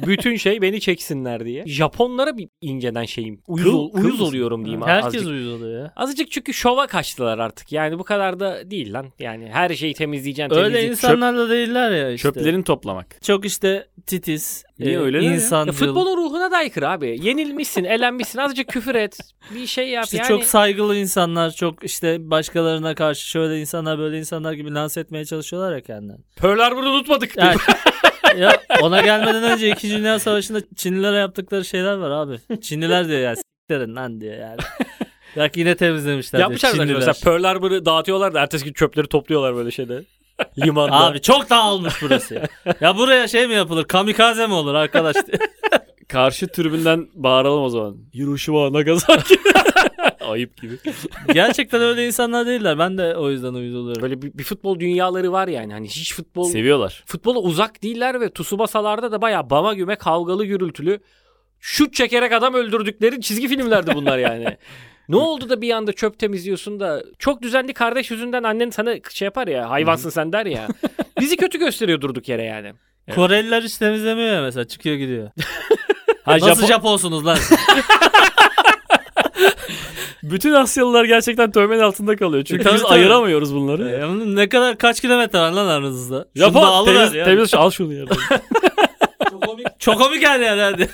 [SPEAKER 3] Bütün şey beni çeksinler diye. Japonlara bir inceden şeyim. Uyuz,
[SPEAKER 2] Kıl-
[SPEAKER 3] ol-
[SPEAKER 2] kıl
[SPEAKER 3] uyuz
[SPEAKER 2] mısın?
[SPEAKER 3] oluyorum diyeyim
[SPEAKER 1] Herkes
[SPEAKER 3] azıcık.
[SPEAKER 1] uyuz oluyor ya.
[SPEAKER 3] Azıcık çünkü şova kaçtılar artık. Yani bu kadar da değil lan. Yani her şeyi temizleyeceksin.
[SPEAKER 1] Öyle
[SPEAKER 3] temizlik-
[SPEAKER 1] insanlar da değiller ya işte.
[SPEAKER 2] Çöplerini toplamak.
[SPEAKER 1] Çok işte titiz,
[SPEAKER 2] Niye
[SPEAKER 1] e,
[SPEAKER 2] öyleler ya?
[SPEAKER 1] insancıl.
[SPEAKER 3] Ya futbolun ruhuna da aykırı abi. Yenilmişsin, elenmişsin. Azıcık küfür et. Bir şey yap
[SPEAKER 1] İşte
[SPEAKER 3] yani.
[SPEAKER 1] çok saygılı insanlar, çok işte başkalarına karşı şöyle insanlar böyle insanlar gibi lanse etmeye çalışıyorlar ya kendilerini.
[SPEAKER 3] Pearl Harbor'u unutmadık.
[SPEAKER 1] Yani, ya ona gelmeden önce 2. Dünya Savaşı'nda Çinlilere yaptıkları şeyler var abi. Çinliler diyor yani s**lerin lan diyor yani. Bak yine temizlemişler diyor,
[SPEAKER 3] Yapmışlar zaten.
[SPEAKER 1] Çinliler.
[SPEAKER 3] Mesela Pearl Harbor'ı dağıtıyorlar da ertesi gün çöpleri topluyorlar böyle şeyde. Limanda.
[SPEAKER 1] Abi çok dağılmış burası. ya. ya buraya şey mi yapılır? Kamikaze mi olur arkadaş? diye.
[SPEAKER 2] Karşı tribünden bağıralım o zaman. Hiroshima Nagasaki. Ayıp gibi.
[SPEAKER 1] Gerçekten öyle insanlar değiller. Ben de o yüzden uyuz oluyorum.
[SPEAKER 3] Böyle bir, bir futbol dünyaları var yani. Hani hiç futbol
[SPEAKER 2] Seviyorlar.
[SPEAKER 3] futbola uzak değiller ve Tsubasa'larda da bayağı bama güme kavgalı gürültülü şut çekerek adam öldürdükleri çizgi filmlerdi bunlar yani. ne oldu da bir anda çöp temizliyorsun da çok düzenli kardeş yüzünden annen sana şey yapar ya hayvansın sen der ya. Bizi kötü gösteriyor durduk yere yani.
[SPEAKER 1] Koreliler hiç temizlemiyor ya mesela. Çıkıyor gidiyor.
[SPEAKER 2] Ha,
[SPEAKER 1] Nasıl
[SPEAKER 2] Japon-
[SPEAKER 1] Japonsunuz lan?
[SPEAKER 2] Bütün Asyalılar gerçekten tövbenin altında kalıyor. Çünkü
[SPEAKER 1] tabii,
[SPEAKER 2] biz
[SPEAKER 1] tabii.
[SPEAKER 2] ayıramıyoruz bunları.
[SPEAKER 1] Ya bunun ne kadar kaç kilometre var lan aranızda? Şunu da
[SPEAKER 2] Japon
[SPEAKER 1] alıver
[SPEAKER 2] temiz,
[SPEAKER 1] ya.
[SPEAKER 2] temiz al şunu yerden.
[SPEAKER 1] Çok komik her yer hadi.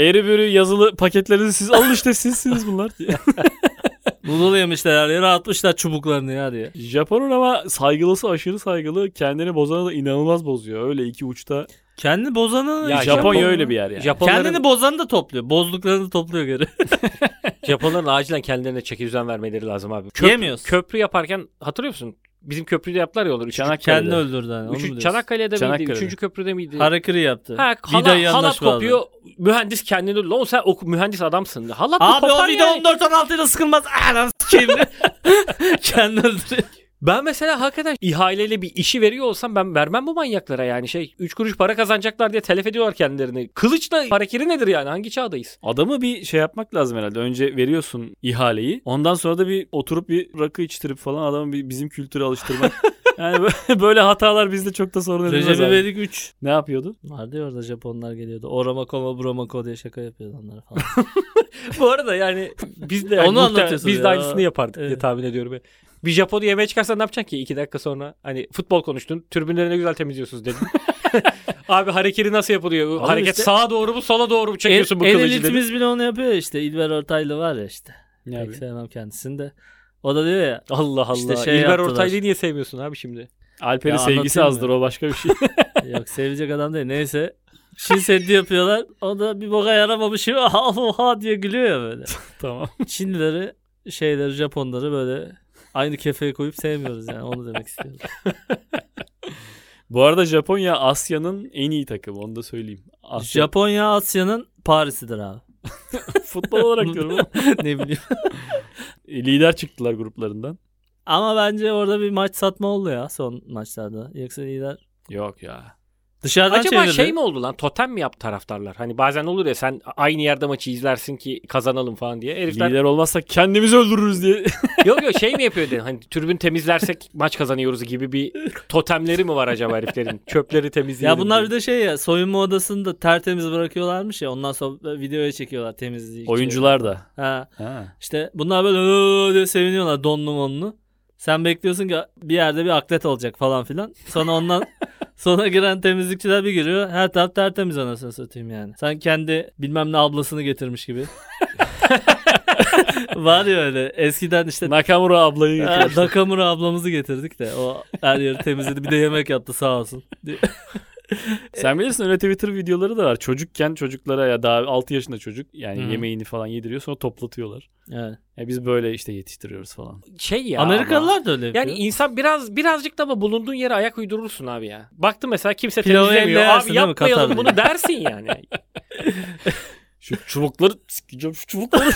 [SPEAKER 2] Eğri bürü yazılı paketlerini siz alın işte sizsiniz bunlar diye.
[SPEAKER 1] Noodle yemişler her yere atmışlar çubuklarını ya diye.
[SPEAKER 2] Japon'un ama saygılısı aşırı saygılı. Kendini bozana da inanılmaz bozuyor. Öyle iki uçta.
[SPEAKER 1] Kendi bozanı...
[SPEAKER 3] Ya
[SPEAKER 2] Japonya
[SPEAKER 3] Japon-
[SPEAKER 2] öyle bir yer yani.
[SPEAKER 3] Japonların,
[SPEAKER 1] Kendini bozanı da topluyor. Bozduklarını da topluyor geri.
[SPEAKER 3] Japonların acilen kendilerine çeki düzen vermeleri lazım abi. Köp-
[SPEAKER 1] Yemiyorsun.
[SPEAKER 3] Köprü yaparken hatırlıyor musun? Bizim köprüde yaptılar ya onları. Üçüncü-
[SPEAKER 2] Çanakkale'de.
[SPEAKER 1] Kendini öldürdü hani. onu
[SPEAKER 3] üçüncü-
[SPEAKER 1] mu diyorsun?
[SPEAKER 3] Çanakkale'de miydi?
[SPEAKER 2] Çanakkale'de.
[SPEAKER 3] Üçüncü köprüde miydi?
[SPEAKER 1] Harakiri yaptı.
[SPEAKER 3] Ha,
[SPEAKER 1] Vida
[SPEAKER 3] hala, halat
[SPEAKER 1] yandaş vardı.
[SPEAKER 3] kopuyor. Mühendis kendini öldürüyor. Oğlum sen oku, mühendis adamsın. Halat da
[SPEAKER 1] Abi o
[SPEAKER 3] kopar
[SPEAKER 1] vida
[SPEAKER 3] yani.
[SPEAKER 1] 14-16 ile sıkılmaz. Anam sikeyim. Kendini öldürüyor.
[SPEAKER 3] Ben mesela hakikaten ihaleyle bir işi veriyor olsam ben vermem bu manyaklara yani şey 3 kuruş para kazanacaklar diye telef ediyorlar kendilerini. Kılıçla hareketi nedir yani hangi çağdayız?
[SPEAKER 2] Adamı bir şey yapmak lazım herhalde. Önce veriyorsun ihaleyi. Ondan sonra da bir oturup bir rakı içtirip falan adamı bir bizim kültüre alıştırmak. yani böyle- böyle hatalar bizde çok da sorun edilmez.
[SPEAKER 1] Recep
[SPEAKER 2] abi.
[SPEAKER 1] İvedik 3.
[SPEAKER 2] Ne yapıyordu?
[SPEAKER 1] Vardı ya orada Japonlar geliyordu. Orama koma burama ko diye şaka yapıyordu onlara falan.
[SPEAKER 3] Bu arada yani biz de
[SPEAKER 1] Onu
[SPEAKER 3] muhtemelen-
[SPEAKER 1] anlatıyorsun
[SPEAKER 3] biz de
[SPEAKER 1] ya.
[SPEAKER 3] aynısını yapardık diye
[SPEAKER 1] Evet.
[SPEAKER 3] tahmin ediyorum. Bir Japon'u yemeğe çıkarsan ne yapacaksın ki 2 dakika sonra? Hani futbol konuştun tribünleri ne güzel temizliyorsunuz dedin. Abi hareketi nasıl yapılıyor?
[SPEAKER 2] Oğlum
[SPEAKER 3] Hareket
[SPEAKER 2] işte-
[SPEAKER 3] sağa doğru mu sola doğru mu
[SPEAKER 1] El,
[SPEAKER 3] çekiyorsun bu
[SPEAKER 1] el
[SPEAKER 3] kılıcı dedi.
[SPEAKER 1] elitimiz bile onu yapıyor ya işte. İlber Ortaylı var ya işte.
[SPEAKER 2] Ne
[SPEAKER 1] Pek
[SPEAKER 2] yapıyor?
[SPEAKER 1] sevmem kendisini de. O da diyor ya
[SPEAKER 3] Allah Allah.
[SPEAKER 1] İşte şey
[SPEAKER 3] İlber
[SPEAKER 1] yaptılar.
[SPEAKER 3] Ortaylı'yı niye sevmiyorsun abi şimdi?
[SPEAKER 2] Alper'in
[SPEAKER 1] Ya
[SPEAKER 2] sevgisi
[SPEAKER 1] anlatayım
[SPEAKER 2] azdır
[SPEAKER 1] mı?
[SPEAKER 2] o başka bir şey.
[SPEAKER 1] Yok sevecek adam değil. Neyse. Çin seddi yapıyorlar. O da bir boka yaramamış gibi ha ha ha diye gülüyor ya böyle.
[SPEAKER 2] tamam.
[SPEAKER 1] Çinlileri şeyleri Japonları böyle aynı kefeye koyup sevmiyoruz yani onu demek istiyorum.
[SPEAKER 2] Bu arada Japonya Asya'nın en iyi takımı onu da söyleyeyim. Asya
[SPEAKER 1] Japonya Asya'nın Paris'idir abi.
[SPEAKER 2] futbol olarak diyorum. ama.
[SPEAKER 1] ne bileyim.
[SPEAKER 2] E, Lider çıktılar gruplarından.
[SPEAKER 1] Ama bence orada bir maç satma oldu ya son maçlarda. Yoksa iyiler.
[SPEAKER 2] Yok ya.
[SPEAKER 1] Dışarıdan
[SPEAKER 3] Acaba
[SPEAKER 1] çevirdi.
[SPEAKER 3] şey mi oldu lan? Totem mi yaptı taraftarlar? Hani bazen olur ya sen aynı yerde maçı izlersin ki kazanalım falan diye. Herifler
[SPEAKER 2] Lider olmazsak kendimizi öldürürüz diye.
[SPEAKER 3] yok yok şey mi yapıyor dedi. Hani tribün temizlersek maç kazanıyoruz gibi bir totemleri mi var acaba heriflerin? Çöpleri temizleyelim.
[SPEAKER 1] Ya bunlar
[SPEAKER 3] diye.
[SPEAKER 1] bir de şey ya soyunma odasını da tertemiz bırakıyorlarmış ya ondan sonra videoya çekiyorlar temizliği.
[SPEAKER 2] Oyuncular da.
[SPEAKER 1] Ha. İşte bunlar böyle "Oo" diye seviniyorlar donlu monlu. Sen bekliyorsun ki bir yerde bir aklet olacak falan filan. Sonra ondan sonra giren temizlikçiler bir giriyor. Her taraf tertemiz anasını satayım yani. Sen kendi bilmem ne ablasını getirmiş gibi. Var ya öyle. Eskiden işte
[SPEAKER 2] Nakamura ablayı
[SPEAKER 1] Ha,
[SPEAKER 2] getirmişler.
[SPEAKER 1] Ee, Nakamura ablamızı getirdik de o her yeri temizledi. Bir de yemek yaptı sağ olsun.
[SPEAKER 2] Sen bilirsin öyle Twitter videoları da var. Çocukken çocuklara ya daha 6 yaşında çocuk yani
[SPEAKER 1] Hı.
[SPEAKER 2] yemeğini falan yediriyor sonra toplatıyorlar.
[SPEAKER 1] Evet.
[SPEAKER 2] Ya biz böyle işte yetiştiriyoruz falan.
[SPEAKER 3] şey ya. ama-
[SPEAKER 1] Amerikalılar da öyle yapıyor.
[SPEAKER 3] Yani insan biraz birazcık da ama bulunduğun yere ayak uydurursun abi ya. Baktın mesela kimse
[SPEAKER 1] Pilavı
[SPEAKER 3] temizlemiyor.
[SPEAKER 1] elle yersin
[SPEAKER 3] Abi
[SPEAKER 1] değil mi
[SPEAKER 3] yapmayalım
[SPEAKER 1] Katar'da?
[SPEAKER 3] bunu dersin yani.
[SPEAKER 2] Şu çubukları sikeceğim şu çubukları.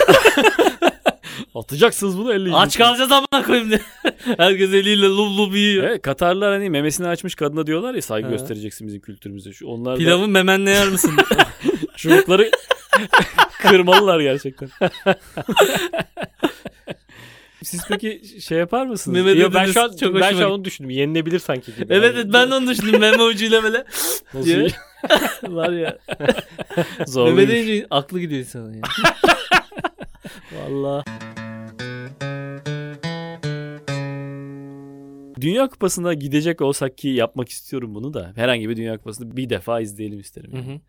[SPEAKER 2] Atacaksınız bunu elle
[SPEAKER 1] Aç
[SPEAKER 2] yiyeceksiniz.
[SPEAKER 1] kalacağız amına koyayım diye. Herkes eliyle lub lub yiyor.
[SPEAKER 2] Evet, Katarlar hani memesini açmış kadına diyorlar ya saygı
[SPEAKER 1] Ha.
[SPEAKER 2] göstereceksin bizim kültürümüze. Şu, onlar da
[SPEAKER 1] Pilavı memenle yer misin?
[SPEAKER 2] çubukları kırmalılar gerçekten. Siz peki şey yapar mısınız?
[SPEAKER 1] Mehmet
[SPEAKER 3] Yo, ben şu an,
[SPEAKER 1] Dediniz, çok
[SPEAKER 3] ben
[SPEAKER 1] hoşuma
[SPEAKER 3] şu an
[SPEAKER 1] gitti.
[SPEAKER 3] onu düşündüm. Yenilebilir sanki gibi.
[SPEAKER 1] evet
[SPEAKER 3] Yani.
[SPEAKER 1] evet ben de onu düşündüm. Meme ucuyla böyle.
[SPEAKER 2] Nasıl
[SPEAKER 1] diye.
[SPEAKER 2] iyi?
[SPEAKER 1] Var ya.
[SPEAKER 2] Zorluymuş.
[SPEAKER 1] Meme deyince aklı gidiyor insanın ya. Valla.
[SPEAKER 2] Dünya Kupası'na gidecek olsak ki yapmak istiyorum bunu da. Herhangi bir Dünya Kupası'nı bir defa izleyelim isterim. yani.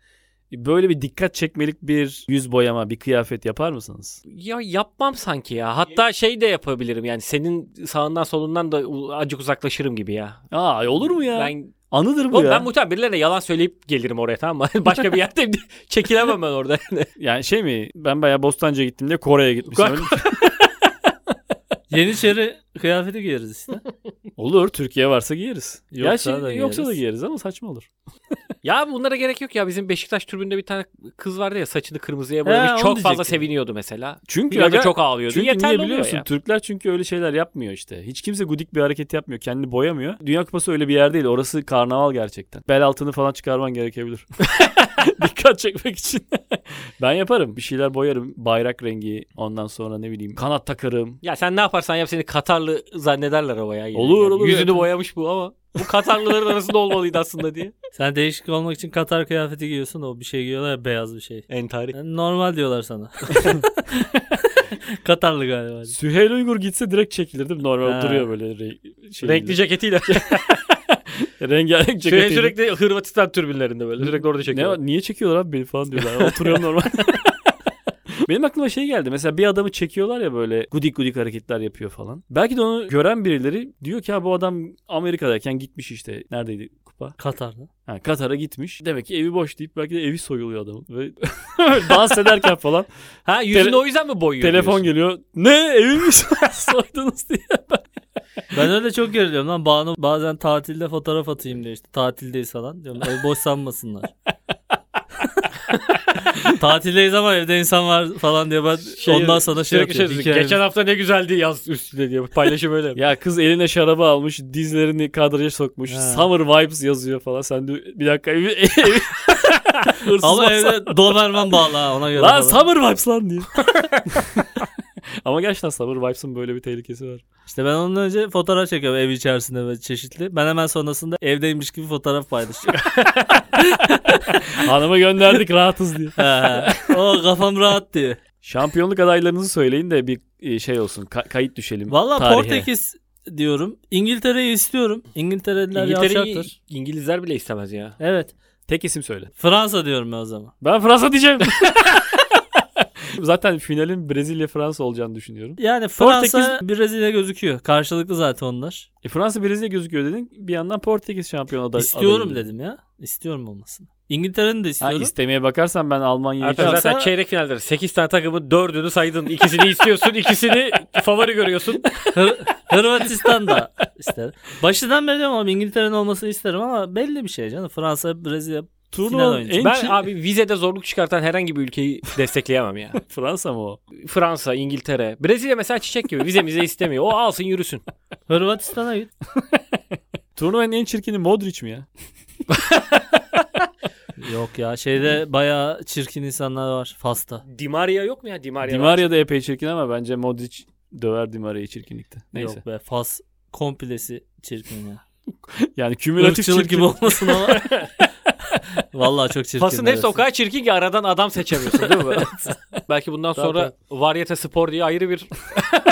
[SPEAKER 2] Böyle bir dikkat çekmelik bir yüz boyama, bir kıyafet yapar mısınız?
[SPEAKER 3] Ya yapmam sanki ya. Hatta şey de yapabilirim yani senin sağından solundan da u- acık uzaklaşırım gibi ya.
[SPEAKER 2] Aa e, olur mu ya?
[SPEAKER 3] Ben
[SPEAKER 2] Anıdır bu
[SPEAKER 3] Oğlum
[SPEAKER 2] ya.
[SPEAKER 3] ben muhtemelen birilerine yalan söyleyip gelirim oraya tamam mı? Başka bir yerde çekilemem ben orada.
[SPEAKER 2] Yani şey mi? Ben bayağı Bostancı'ya gittim diye Kore'ye gitmiştim.
[SPEAKER 3] Bak-
[SPEAKER 2] Öyle mi?
[SPEAKER 1] Yeniçeri kıyafeti giyeriz işte.
[SPEAKER 2] olur. Türkiye varsa giyeriz.
[SPEAKER 1] Yoksa
[SPEAKER 2] Yoksa,
[SPEAKER 1] da
[SPEAKER 2] yoksa da
[SPEAKER 1] giyeriz.
[SPEAKER 2] giyeriz ama saçma olur.
[SPEAKER 3] ya bunlara gerek yok ya. Bizim Beşiktaş tribünde bir tane kız vardı ya saçını kırmızıya
[SPEAKER 1] He, onu
[SPEAKER 3] boyamış. çok fazla
[SPEAKER 1] diyecektim.
[SPEAKER 3] seviniyordu mesela. Bir
[SPEAKER 2] Çünkü
[SPEAKER 3] yerde
[SPEAKER 2] aga,
[SPEAKER 3] çok ağlıyordu.
[SPEAKER 2] çünkü
[SPEAKER 3] Yeterli
[SPEAKER 2] niye
[SPEAKER 3] oluyor
[SPEAKER 2] biliyorsun?
[SPEAKER 3] ya.
[SPEAKER 2] Türkler çünkü öyle şeyler yapmıyor işte. Hiç kimse gudik bir hareket yapmıyor. Kendini boyamıyor. Dünya Kupası öyle bir yer değil. Orası karnaval gerçekten. Bel altını falan çıkarman gerekebilir. Dikkat çekmek için. ben yaparım. Bir şeyler boyarım. Bayrak rengi. Ondan sonra ne bileyim kanat takarım.
[SPEAKER 3] Ya sen ne yaparsan yap seni Katarlı zannederler ama ya. yine.
[SPEAKER 2] Olur, olur,
[SPEAKER 3] Yüzünü
[SPEAKER 2] evet.
[SPEAKER 3] boyamış bu ama. Bu Katarlıların arasında olmalıydı aslında diye.
[SPEAKER 1] Sen değişik olmak için Katar kıyafeti giyiyorsun. O bir şey giyiyorlar ya beyaz bir şey.
[SPEAKER 3] Entari.
[SPEAKER 1] Yani normal diyorlar sana. Katarlı galiba.
[SPEAKER 2] Süheyl Uygur gitse direkt çekilir değil mi? Normal
[SPEAKER 1] Ha.
[SPEAKER 2] duruyor böyle. Re- şeyiyle.
[SPEAKER 3] Renkli ceketiyle.
[SPEAKER 2] şey Rengarenk
[SPEAKER 3] Şey
[SPEAKER 2] ceketiyle.
[SPEAKER 3] sürekli Hırvatistan türbinlerinde böyle. Sürekli orada
[SPEAKER 2] Ne
[SPEAKER 3] çekiyorlar.
[SPEAKER 2] var? Niye çekiyorlar abi beni falan diyorlar. Oturuyorum normal. Benim aklıma şey geldi. Mesela bir adamı çekiyorlar ya böyle gudik gudik hareketler yapıyor falan. Belki de onu gören birileri diyor ki ha bu adam Amerika'dayken gitmiş işte. Neredeydi kupa?
[SPEAKER 1] Katar'da.
[SPEAKER 2] Ha, Katar'a gitmiş. Demek ki evi boş deyip belki de evi soyuluyor adamın. Ve dans ederken falan
[SPEAKER 3] Ha yüzünü
[SPEAKER 2] Tele-
[SPEAKER 3] o yüzden mi boyuyor?
[SPEAKER 2] telefon
[SPEAKER 3] diyorsun?
[SPEAKER 2] geliyor. Ne evi mi soydunuz diye.
[SPEAKER 1] Ben öyle çok geriliyorum lan. Bana bazen tatilde fotoğraf atayım diyor işte. Tatildeyiz falan. Diyorum ev boş sanmasınlar. Tatildeyiz ama evde insan var falan diye ben
[SPEAKER 3] Şey-
[SPEAKER 1] ondan sana şey
[SPEAKER 3] sürekli şey
[SPEAKER 1] atıyorum.
[SPEAKER 3] diyorsun,
[SPEAKER 1] hikayemi.
[SPEAKER 3] Geçen hafta ne güzeldi yaz üstüne diye paylaşım öyle.
[SPEAKER 2] Ya kız eline şarabı almış, dizlerini kadraja sokmuş.
[SPEAKER 1] Ha.
[SPEAKER 2] Summer vibes yazıyor falan. Sen de bir dakika evi, evi hırsız
[SPEAKER 1] Ama
[SPEAKER 2] varsa-
[SPEAKER 1] evde Doberman bağlı ha ona göre. falan.
[SPEAKER 2] Lan Summer Vibes lan diye. Ama gerçekten Summer Vibes'ın böyle bir tehlikesi var.
[SPEAKER 1] İşte ben ondan önce fotoğraf çekiyorum ev içerisinde ve çeşitli. Ben hemen sonrasında evdeymiş gibi fotoğraf paylaşıyorum.
[SPEAKER 2] Hanıma gönderdik rahatız diye.
[SPEAKER 1] He. o kafam rahat diye.
[SPEAKER 2] Şampiyonluk adaylarınızı söyleyin de bir e, şey olsun. ka- kayıt düşelim.
[SPEAKER 1] Valla
[SPEAKER 2] tarihe.
[SPEAKER 1] Portekiz diyorum. İngiltere'yi istiyorum. İngiltereliler yavşaktır.
[SPEAKER 3] İngiltere'yi İngilizler bile istemez ya.
[SPEAKER 1] Evet.
[SPEAKER 2] Tek isim söyle.
[SPEAKER 1] Fransa diyorum ben o zaman.
[SPEAKER 2] Ben Fransa diyeceğim. Zaten finalin Brezilya Fransa olacağını düşünüyorum.
[SPEAKER 1] Yani
[SPEAKER 2] Portekiz-
[SPEAKER 1] Fransa Brezilya gözüküyor. Karşılıklı zaten onlar.
[SPEAKER 2] E, Fransa Brezilya gözüküyor dedin. Bir yandan Portekiz şampiyon aday-
[SPEAKER 1] istiyorum
[SPEAKER 2] adayı.
[SPEAKER 1] dedim ya. İstiyorum olmasını. İngiltere'nin de
[SPEAKER 2] Ha,
[SPEAKER 1] istiyorum.
[SPEAKER 2] istemeye bakarsan ben Almanya'yı
[SPEAKER 3] Arkadaşlar
[SPEAKER 1] Fransa-
[SPEAKER 3] zaten çeyrek finaldir. 8 tane takımın 4'ünü saydın. İkisini istiyorsun. ikisini favori görüyorsun.
[SPEAKER 1] Hır- Hırvatistan da isterim. Başından beri diyorum ama İngiltere'nin olmasını isterim ama belli bir şey canım. Fransa, Brezilya final
[SPEAKER 2] turnuvanın
[SPEAKER 1] oynayacak.
[SPEAKER 2] en
[SPEAKER 3] Ben
[SPEAKER 2] ben,
[SPEAKER 3] abi vizede zorluk çıkartan herhangi bir ülkeyi destekleyemem ya.
[SPEAKER 2] Fransa mı o?
[SPEAKER 3] Fransa, İngiltere, Brezilya mesela çiçek gibi vize mize istemiyor. O alsın yürüsün.
[SPEAKER 1] Hırvatistan'a git.
[SPEAKER 2] Turnuvanın en çirkini Modric mi ya?
[SPEAKER 1] Yok ya şeyde bayağı çirkin insanlar var Fas'ta.
[SPEAKER 3] Dimaria yok mu ya? Dimaria.
[SPEAKER 2] Dimaria da epey çirkin ama bence Modric döver Dimaria'yı çirkinlikte. Neyse.
[SPEAKER 1] Yok be Fas komplesi çirkin ya.
[SPEAKER 2] Yani kümülatif
[SPEAKER 1] Irkçılık
[SPEAKER 2] çirkin.
[SPEAKER 1] gibi olmasın ama. Vallahi çok çirkin.
[SPEAKER 3] Pasın hepsi
[SPEAKER 1] neresi.
[SPEAKER 3] o kadar çirkin ki aradan adam seçemiyorsun değil mi? Belki bundan
[SPEAKER 2] Tabii,
[SPEAKER 3] sonra varyete spor diye ayrı bir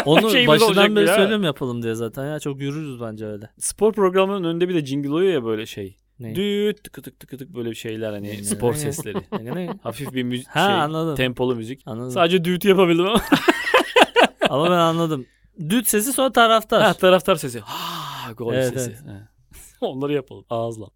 [SPEAKER 1] Onu
[SPEAKER 3] şeyimiz olacak
[SPEAKER 1] başından beri
[SPEAKER 3] ya.
[SPEAKER 1] söylüyorum yapalım diye zaten ya. Çok yürürüz bence öyle.
[SPEAKER 2] Spor programının önünde bir de jingle oluyor ya böyle şey.
[SPEAKER 1] Ne?
[SPEAKER 2] Düt tıkı tık tıkı tık böyle şeyler hani
[SPEAKER 1] Ne?
[SPEAKER 2] spor sesleri. Hafif bir müzik
[SPEAKER 1] ha
[SPEAKER 2] şey.
[SPEAKER 1] anladım.
[SPEAKER 2] Tempolu müzik.
[SPEAKER 1] anladım.
[SPEAKER 2] Sadece düğütü yapabildim ama.
[SPEAKER 1] Ama ben anladım. Düt sesi sonra taraftar.
[SPEAKER 2] ha, taraftar sesi. Ha gol
[SPEAKER 1] Evet,
[SPEAKER 2] sesi.
[SPEAKER 1] evet.
[SPEAKER 2] Ha. Onları yapalım ağızla.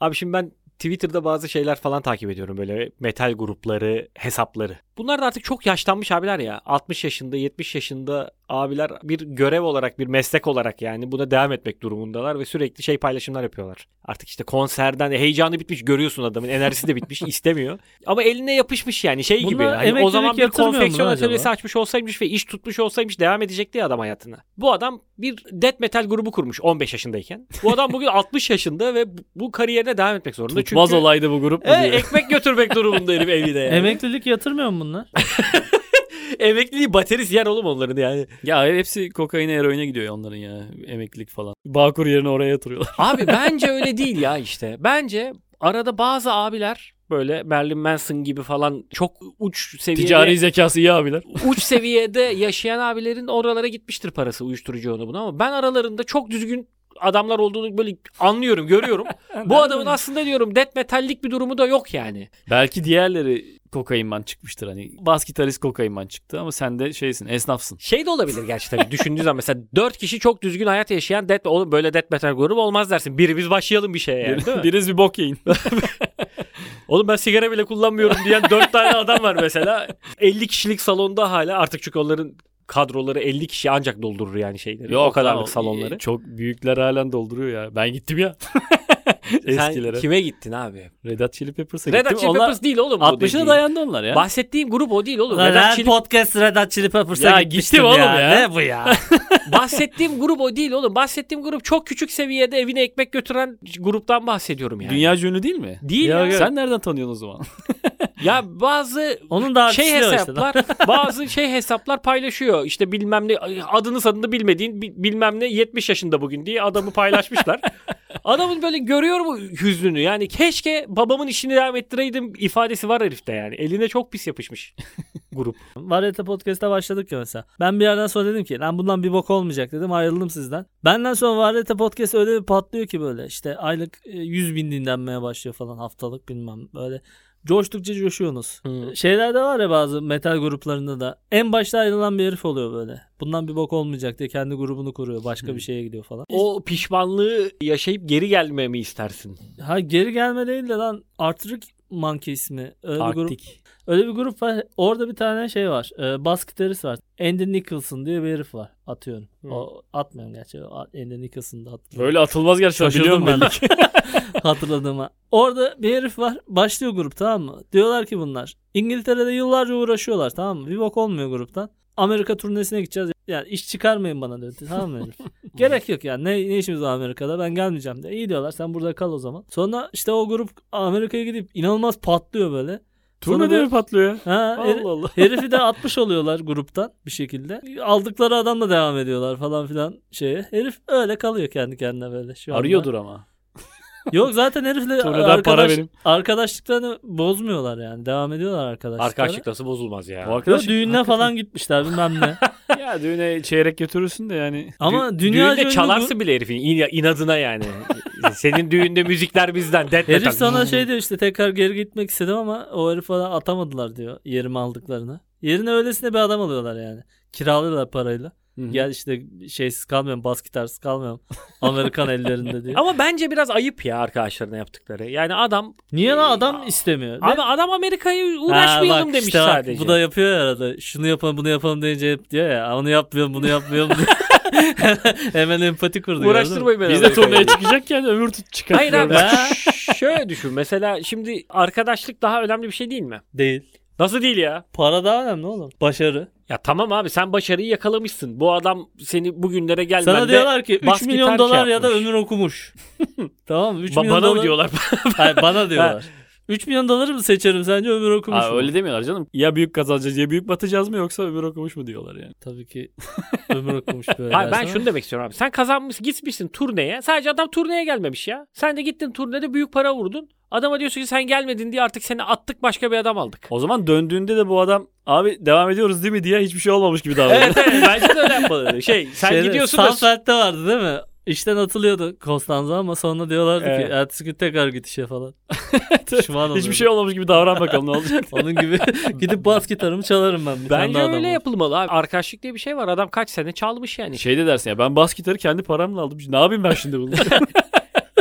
[SPEAKER 3] Abi şimdi ben Twitter'da bazı şeyler falan takip ediyorum böyle metal grupları, hesapları. Bunlar da artık çok yaşlanmış abiler ya. 60 yaşında, 70 yaşında abiler bir görev olarak, bir meslek olarak yani buna devam etmek durumundalar ve sürekli şey paylaşımlar yapıyorlar. Artık işte konserden heyecanı bitmiş görüyorsun adamın enerjisi de bitmiş istemiyor. Ama eline yapışmış yani şey gibi.
[SPEAKER 1] Bunlar
[SPEAKER 3] Hani o
[SPEAKER 1] emeklilik
[SPEAKER 3] zaman bir
[SPEAKER 1] yatırmıyor mu
[SPEAKER 3] konfeksiyon
[SPEAKER 1] lan acaba?
[SPEAKER 3] atölyesi açmış olsaymış ve iş tutmuş olsaymış devam edecekti ya adam hayatına. Bu adam bir death metal grubu kurmuş 15 yaşındayken. Bu adam bugün 60 yaşında ve bu- bu kariyerine devam etmek zorunda.
[SPEAKER 2] Tutmaz
[SPEAKER 3] Çünkü
[SPEAKER 2] olaydı bu grup mu
[SPEAKER 3] e,
[SPEAKER 2] diyor.
[SPEAKER 3] ekmek götürmek durumunda herif evine yani.
[SPEAKER 1] Emeklilik yatırmıyor mu bunlar?
[SPEAKER 3] Emekliliği baterist yer oğlum onların yani.
[SPEAKER 2] Ya hepsi kokaine eroine gidiyor ya onların ya. Emeklilik falan. Bağkur yerine oraya yatırıyorlar.
[SPEAKER 3] Abi bence öyle değil ya işte. Bence arada bazı abiler böyle Merlin Manson gibi falan çok uç seviyede
[SPEAKER 2] Ticari zekası iyi abiler.
[SPEAKER 3] uç seviyede yaşayan abilerin oralara gitmiştir parası uyuşturucu onu bunu ama ben aralarında çok düzgün adamlar olduğunu böyle anlıyorum, görüyorum. Bu adamın aslında diyorum death metallik bir durumu da yok yani.
[SPEAKER 2] Belki diğerleri kokainman çıkmıştır hani. Bas gitarist kokainman çıktı ama sen de şeysin esnafsın.
[SPEAKER 3] Şey de olabilir gerçi tabii düşündüğün zaman mesela dört kişi çok düzgün hayat yaşayan death oğlum böyle death metal grubu olmaz dersin. Birimiz başlayalım bir şeye yani. değil mi?
[SPEAKER 2] Biriniz bir bok yiyin.
[SPEAKER 3] Oğlum ben sigara bile kullanmıyorum diyen dört tane adam var mesela. 50 kişilik salonda hala artık çünkü onların kadroları 50 kişi ancak doldurur yani şeyleri. o kadarlık
[SPEAKER 2] lan,
[SPEAKER 3] salonları.
[SPEAKER 2] e, Çok büyükler halen dolduruyor ya. Ben gittim ya. Eskilere.
[SPEAKER 3] Sen kime gittin abi?
[SPEAKER 2] Red Hot Chili Peppers'a
[SPEAKER 3] Red
[SPEAKER 2] gittim.
[SPEAKER 3] Hot Chili
[SPEAKER 2] e, Onlar
[SPEAKER 3] Peppers değil oğlum. bu
[SPEAKER 2] 60'ına
[SPEAKER 3] dediğin.
[SPEAKER 2] dayandı onlar ya.
[SPEAKER 3] Bahsettiğim grup o değil oğlum. Red Hot
[SPEAKER 1] Red
[SPEAKER 3] Chili-
[SPEAKER 1] Podcast Red Hot Chili Peppers'a
[SPEAKER 2] Ya
[SPEAKER 1] gitmiştim
[SPEAKER 2] gittim oğlum ya.
[SPEAKER 1] Ne bu ya?
[SPEAKER 3] bahsettiğim grup o değil oğlum. Bahsettiğim grup çok küçük seviyede evine ekmek götüren gruptan bahsediyorum yani.
[SPEAKER 2] Dünya ünlü değil mi?
[SPEAKER 3] Değil ya.
[SPEAKER 2] Sen nereden tanıyorsun o zaman?
[SPEAKER 3] Ya bazı
[SPEAKER 1] Onun daha
[SPEAKER 3] şey
[SPEAKER 1] şey işte. lan.
[SPEAKER 3] hesaplar bazı şey hesaplar paylaşıyor. İşte bilmem ne adını sanını bilmediğin bi- bilmem ne 70 yaşında bugün diye adamı paylaşmışlar. Adamın böyle görüyorum hüznünü. Yani keşke babamın işini devam ettireydim ifadesi var herifte yani. Eline çok pis yapışmış.
[SPEAKER 1] Varyete Podcast'a başladık ya mesela. Ben bir yerden sonra dedim ki lan bundan bir bok olmayacak dedim ayrıldım sizden. Benden sonra Varyete Podcast öyle bir patlıyor ki böyle işte aylık e, 100 bin dinlenmeye başlıyor falan haftalık bilmem böyle. Coştukça coşuyorsunuz. Şeylerde var ya bazı metal gruplarında da en başta ayrılan bir herif oluyor böyle. Bundan bir bok olmayacak diye kendi grubunu kuruyor. Başka bir şeye gidiyor falan.
[SPEAKER 3] O pişmanlığı yaşayıp geri gelmemi istersin.
[SPEAKER 1] Ha geri gelme değil de lan Arctic Monkey ismi. Öyle bir grup
[SPEAKER 2] Arktik.
[SPEAKER 1] Öyle bir grup var. Orada bir tane şey var. E, bas gitarist var. Andy Nicholson diye bir herif var. Atıyorum.
[SPEAKER 3] Hı.
[SPEAKER 1] O atmıyorum gerçi. O Andy Nicholson da atmıyorum.
[SPEAKER 2] Böyle atılmaz gerçekten biliyor
[SPEAKER 1] Şaşırdım ben.
[SPEAKER 2] musun?
[SPEAKER 1] de. Hatırladığıma. Orada bir herif var. Başlıyor grup tamam mı? Diyorlar ki bunlar. İngiltere'de yıllarca uğraşıyorlar tamam mı? Bir bok olmuyor gruptan. Amerika turnesine gideceğiz. Yani iş çıkarmayın bana diyor. Tamam mı herif? Gerek yok yani. Ne, ne işimiz var Amerika'da? Ben gelmeyeceğim diye. İyi diyorlar. Sen burada kal o zaman. Sonra işte o grup Amerika'ya gidip inanılmaz patlıyor böyle. Sonra
[SPEAKER 2] Turnede
[SPEAKER 1] böyle-
[SPEAKER 2] mi patlıyor ya?
[SPEAKER 1] Ha, her-
[SPEAKER 2] Allah Allah.
[SPEAKER 1] Herifi de atmış oluyorlar gruptan bir şekilde. Aldıkları adamla devam ediyorlar falan filan şeye. Herif öyle kalıyor kendi kendine böyle şu anda.
[SPEAKER 2] Arıyordur ama.
[SPEAKER 1] Yok zaten herifle
[SPEAKER 2] Turnadan
[SPEAKER 1] arkadaş,
[SPEAKER 2] para benim.
[SPEAKER 1] arkadaşlıklarını bozmuyorlar yani. Devam ediyorlar arkadaşlıkları.
[SPEAKER 3] Arkadaşlık nasıl bozulmaz ya.
[SPEAKER 2] O
[SPEAKER 1] Yok,
[SPEAKER 2] arkadaş
[SPEAKER 1] düğününe falan gitmişler bilmem ne.
[SPEAKER 2] ya düğüne çeyrek götürürsün de yani.
[SPEAKER 1] Ama dünya
[SPEAKER 3] Düğünde çalarsın bile herifin in- inadına yani. Senin düğünde müzikler bizden. Death metal.
[SPEAKER 1] Herif sana şey diyor işte tekrar geri gitmek istedim ama o herif falan atamadılar diyor yerimi aldıklarını. Yerine öylesine bir adam alıyorlar yani. Kiralıyorlar parayla. Gel işte şeysiz kalmıyorum, bas gitarsız kalmıyorum. Amerikan ellerinde diyor.
[SPEAKER 3] Ama bence biraz ayıp ya arkadaşlarına yaptıkları. Yani adam
[SPEAKER 1] Niye lan adam istemiyor? Ne-
[SPEAKER 3] şey- abi adam Amerika'ya
[SPEAKER 1] Ha,
[SPEAKER 3] uğraşmayalım
[SPEAKER 1] bak
[SPEAKER 3] demiş
[SPEAKER 1] işte bak,
[SPEAKER 3] sadece.
[SPEAKER 1] Bu da yapıyor ya arada. Şunu yapalım bunu yapalım deyince hep diyor ya. Onu yapmıyorum bunu yapmıyorum diyor. Hemen empati kurdu. gördün mü?
[SPEAKER 3] Uğraştırmayın beni.
[SPEAKER 2] Biz de
[SPEAKER 3] Amerika'ya.
[SPEAKER 2] turneye çıkacakken ömür tut çıkar.
[SPEAKER 3] Hayır abi
[SPEAKER 1] Ha?
[SPEAKER 3] ş- şöyle düşün. Mesela şimdi arkadaşlık daha önemli bir şey değil mi?
[SPEAKER 1] Değil.
[SPEAKER 3] Nasıl değil ya?
[SPEAKER 1] Para daha önemli oğlum. Başarı.
[SPEAKER 3] Ya tamam abi sen başarıyı yakalamışsın. Bu adam seni bugünlere gelmende...
[SPEAKER 1] Sana diyorlar ki
[SPEAKER 3] bas
[SPEAKER 1] 3 milyon
[SPEAKER 3] gitar
[SPEAKER 1] dolar
[SPEAKER 3] şey
[SPEAKER 1] ya da
[SPEAKER 3] yapmış.
[SPEAKER 1] ömür okumuş. tamam mı? 3
[SPEAKER 3] Ba-
[SPEAKER 1] milyon
[SPEAKER 3] bana
[SPEAKER 1] dolar...
[SPEAKER 3] mı diyorlar?
[SPEAKER 1] Hayır bana diyorlar. 3 milyon doları mı seçerim sence ömür okumuş
[SPEAKER 2] Aa,
[SPEAKER 1] mu?
[SPEAKER 2] öyle demiyorlar canım. Ya büyük kazanacağız ya büyük batacağız mı yoksa ömür okumuş mu diyorlar yani.
[SPEAKER 1] Tabii ki ömür okumuş böyle.
[SPEAKER 3] Hayır ben
[SPEAKER 1] dersen.
[SPEAKER 3] şunu demek istiyorum abi. Sen kazanmış gitmişsin turneye. Sadece adam turneye gelmemiş ya. Sen de gittin turnede büyük para vurdun. Adama diyorsun ki sen gelmedin diye artık seni attık başka bir adam aldık.
[SPEAKER 2] O zaman döndüğünde de bu adam abi devam ediyoruz değil mi diye hiçbir şey olmamış gibi davranıyor.
[SPEAKER 3] evet evet bence de öyle yapmalı. Şey sen
[SPEAKER 1] Şeyde,
[SPEAKER 3] gidiyorsun da...
[SPEAKER 1] Sanfeld'de vardı değil mi? İşten atılıyordu Konstanza ama sonra diyorlardı
[SPEAKER 2] Evet.
[SPEAKER 1] ki ertesi gün tekrar git işe falan. Pişman oluyordu.
[SPEAKER 2] Hiçbir şey olmamış gibi davran bakalım ne olacak.
[SPEAKER 1] Onun gibi gidip bas gitarımı çalarım ben. Bir tane
[SPEAKER 3] Bence
[SPEAKER 1] daha adam
[SPEAKER 3] öyle
[SPEAKER 1] olur.
[SPEAKER 3] yapılmalı abi. Arkadaşlık diye bir şey var. Adam kaç sene çalmış yani.
[SPEAKER 2] şey de dersin ya ben bas gitarı kendi paramla aldım. Ne yapayım ben şimdi bunu?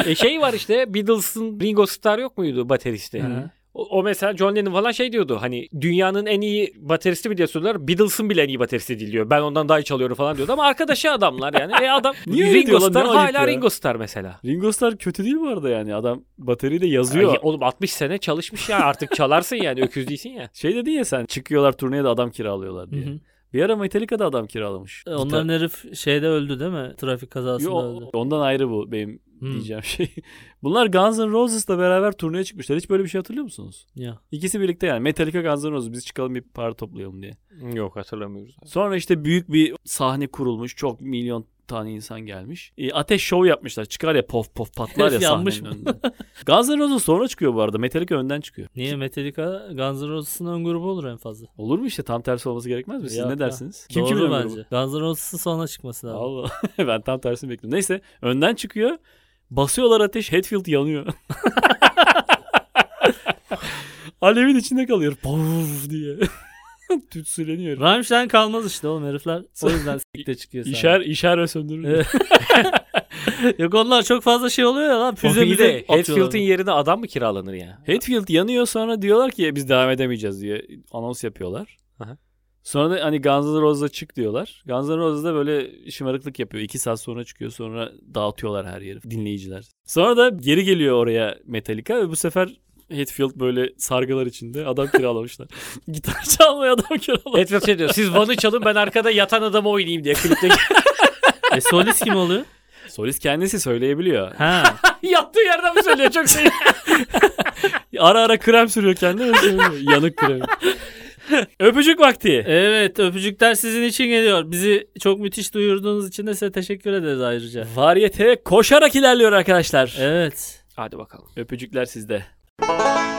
[SPEAKER 3] e şey var işte Beatles'ın Ringo Starr yok muydu bateristi?
[SPEAKER 2] Hı.
[SPEAKER 3] O, o mesela John Lennon falan şey diyordu hani dünyanın en iyi bateristi mi diye soruyorlar. Beatles'ın bile en iyi bateristi diliyor. Ben ondan daha iyi çalıyorum falan diyordu ama arkadaşı adamlar yani. E adam
[SPEAKER 2] Niye öyle
[SPEAKER 3] Ringo
[SPEAKER 2] diyorlar? Ne
[SPEAKER 3] Starr
[SPEAKER 2] ayıp
[SPEAKER 3] hala
[SPEAKER 2] ya?
[SPEAKER 3] Ringo Starr mesela.
[SPEAKER 2] Ringo Starr kötü değil bu arada yani. Adam bataryayı da
[SPEAKER 3] Ay,
[SPEAKER 2] yazıyor.
[SPEAKER 3] oğlum 60 sene çalışmış ya artık çalarsın yani öküz değilsin ya.
[SPEAKER 2] Şey dedin ya sen çıkıyorlar turneye de adam kiralıyorlar diye.
[SPEAKER 1] Hı hı.
[SPEAKER 2] Bir ara Metallica'da adam kiralamış.
[SPEAKER 1] E, Onların herif şeyde öldü değil mi? Trafik kazasında
[SPEAKER 2] Yo,
[SPEAKER 1] öldü.
[SPEAKER 2] ondan ayrı bu benim
[SPEAKER 1] Hmm.
[SPEAKER 2] diyeceğim şey. Bunlar Guns N' Roses'la beraber turneye çıkmışlar. Hiç böyle bir şey hatırlıyor musunuz?
[SPEAKER 1] Ya.
[SPEAKER 2] İkisi birlikte yani Metallica Guns N' Roses biz çıkalım bir para toplayalım diye.
[SPEAKER 3] Yok hatırlamıyoruz.
[SPEAKER 2] Sonra işte büyük bir sahne kurulmuş. Çok milyon tane insan gelmiş. E, ateş şov yapmışlar. Çıkar ya pof pof patlar ya
[SPEAKER 1] Herif yanmış
[SPEAKER 2] sahnenin önünde. Guns N' Roses sonra çıkıyor bu arada. Metallica önden çıkıyor.
[SPEAKER 1] Niye Metallica Guns N' Roses'ın ön grubu olur en fazla.
[SPEAKER 2] Olur mu işte tam tersi olması gerekmez mi? Siz
[SPEAKER 1] Yok
[SPEAKER 2] ne
[SPEAKER 1] ya.
[SPEAKER 2] dersiniz?
[SPEAKER 1] Kim
[SPEAKER 2] bilir
[SPEAKER 1] Doğru
[SPEAKER 2] bunu?
[SPEAKER 1] bence. Guns N' Roses'ın sonra çıkması lazım.
[SPEAKER 2] Allah ben tam tersini bekliyorum. Neyse önden çıkıyor. Basıyorlar ateş Hatfield yanıyor. Alevin içinde kalıyor. Puf diye. Tütsüleniyor.
[SPEAKER 1] Rammstein kalmaz işte oğlum herifler. O yüzden sikte çıkıyor sahneye.
[SPEAKER 2] İşer, işer ve söndürür.
[SPEAKER 1] Evet. Yok onlar çok fazla şey oluyor ya lan. Füze
[SPEAKER 3] Füze bir
[SPEAKER 1] müze
[SPEAKER 3] de
[SPEAKER 1] atıyorlar.
[SPEAKER 3] Hatfield'in yerine adam mı kiralanır ya?
[SPEAKER 2] Hatfield yanıyor sonra diyorlar ki "E, biz devam edemeyeceğiz diye anons yapıyorlar.
[SPEAKER 3] Aha.
[SPEAKER 2] Sonra da hani Guns N' Roses'a çık diyorlar. Guns N' Roses da böyle şımarıklık yapıyor. İki saat sonra çıkıyor sonra dağıtıyorlar her yeri dinleyiciler. Sonra da geri geliyor oraya Metallica ve bu sefer Hatfield böyle sargılar içinde adam kiralamışlar. Gitar çalmaya adam kiralamışlar.
[SPEAKER 3] Hatfield şey diyor siz Van'ı çalın ben arkada yatan adamı oynayayım diye klipte.
[SPEAKER 1] E solist kim oluyor?
[SPEAKER 2] Solist kendisi söyleyebiliyor.
[SPEAKER 1] Ha.
[SPEAKER 3] Yattığı yerden mi söylüyor çok şey.
[SPEAKER 2] Ara ara krem sürüyor kendine. ve söylüyor. Yanık kremi. Öpücük vakti.
[SPEAKER 1] Evet öpücükler sizin için geliyor. Bizi çok müthiş duyurduğunuz için de size teşekkür ederiz ayrıca.
[SPEAKER 2] Variyete koşarak ilerliyor arkadaşlar.
[SPEAKER 1] Evet.
[SPEAKER 3] Hadi bakalım.
[SPEAKER 2] Öpücükler sizde.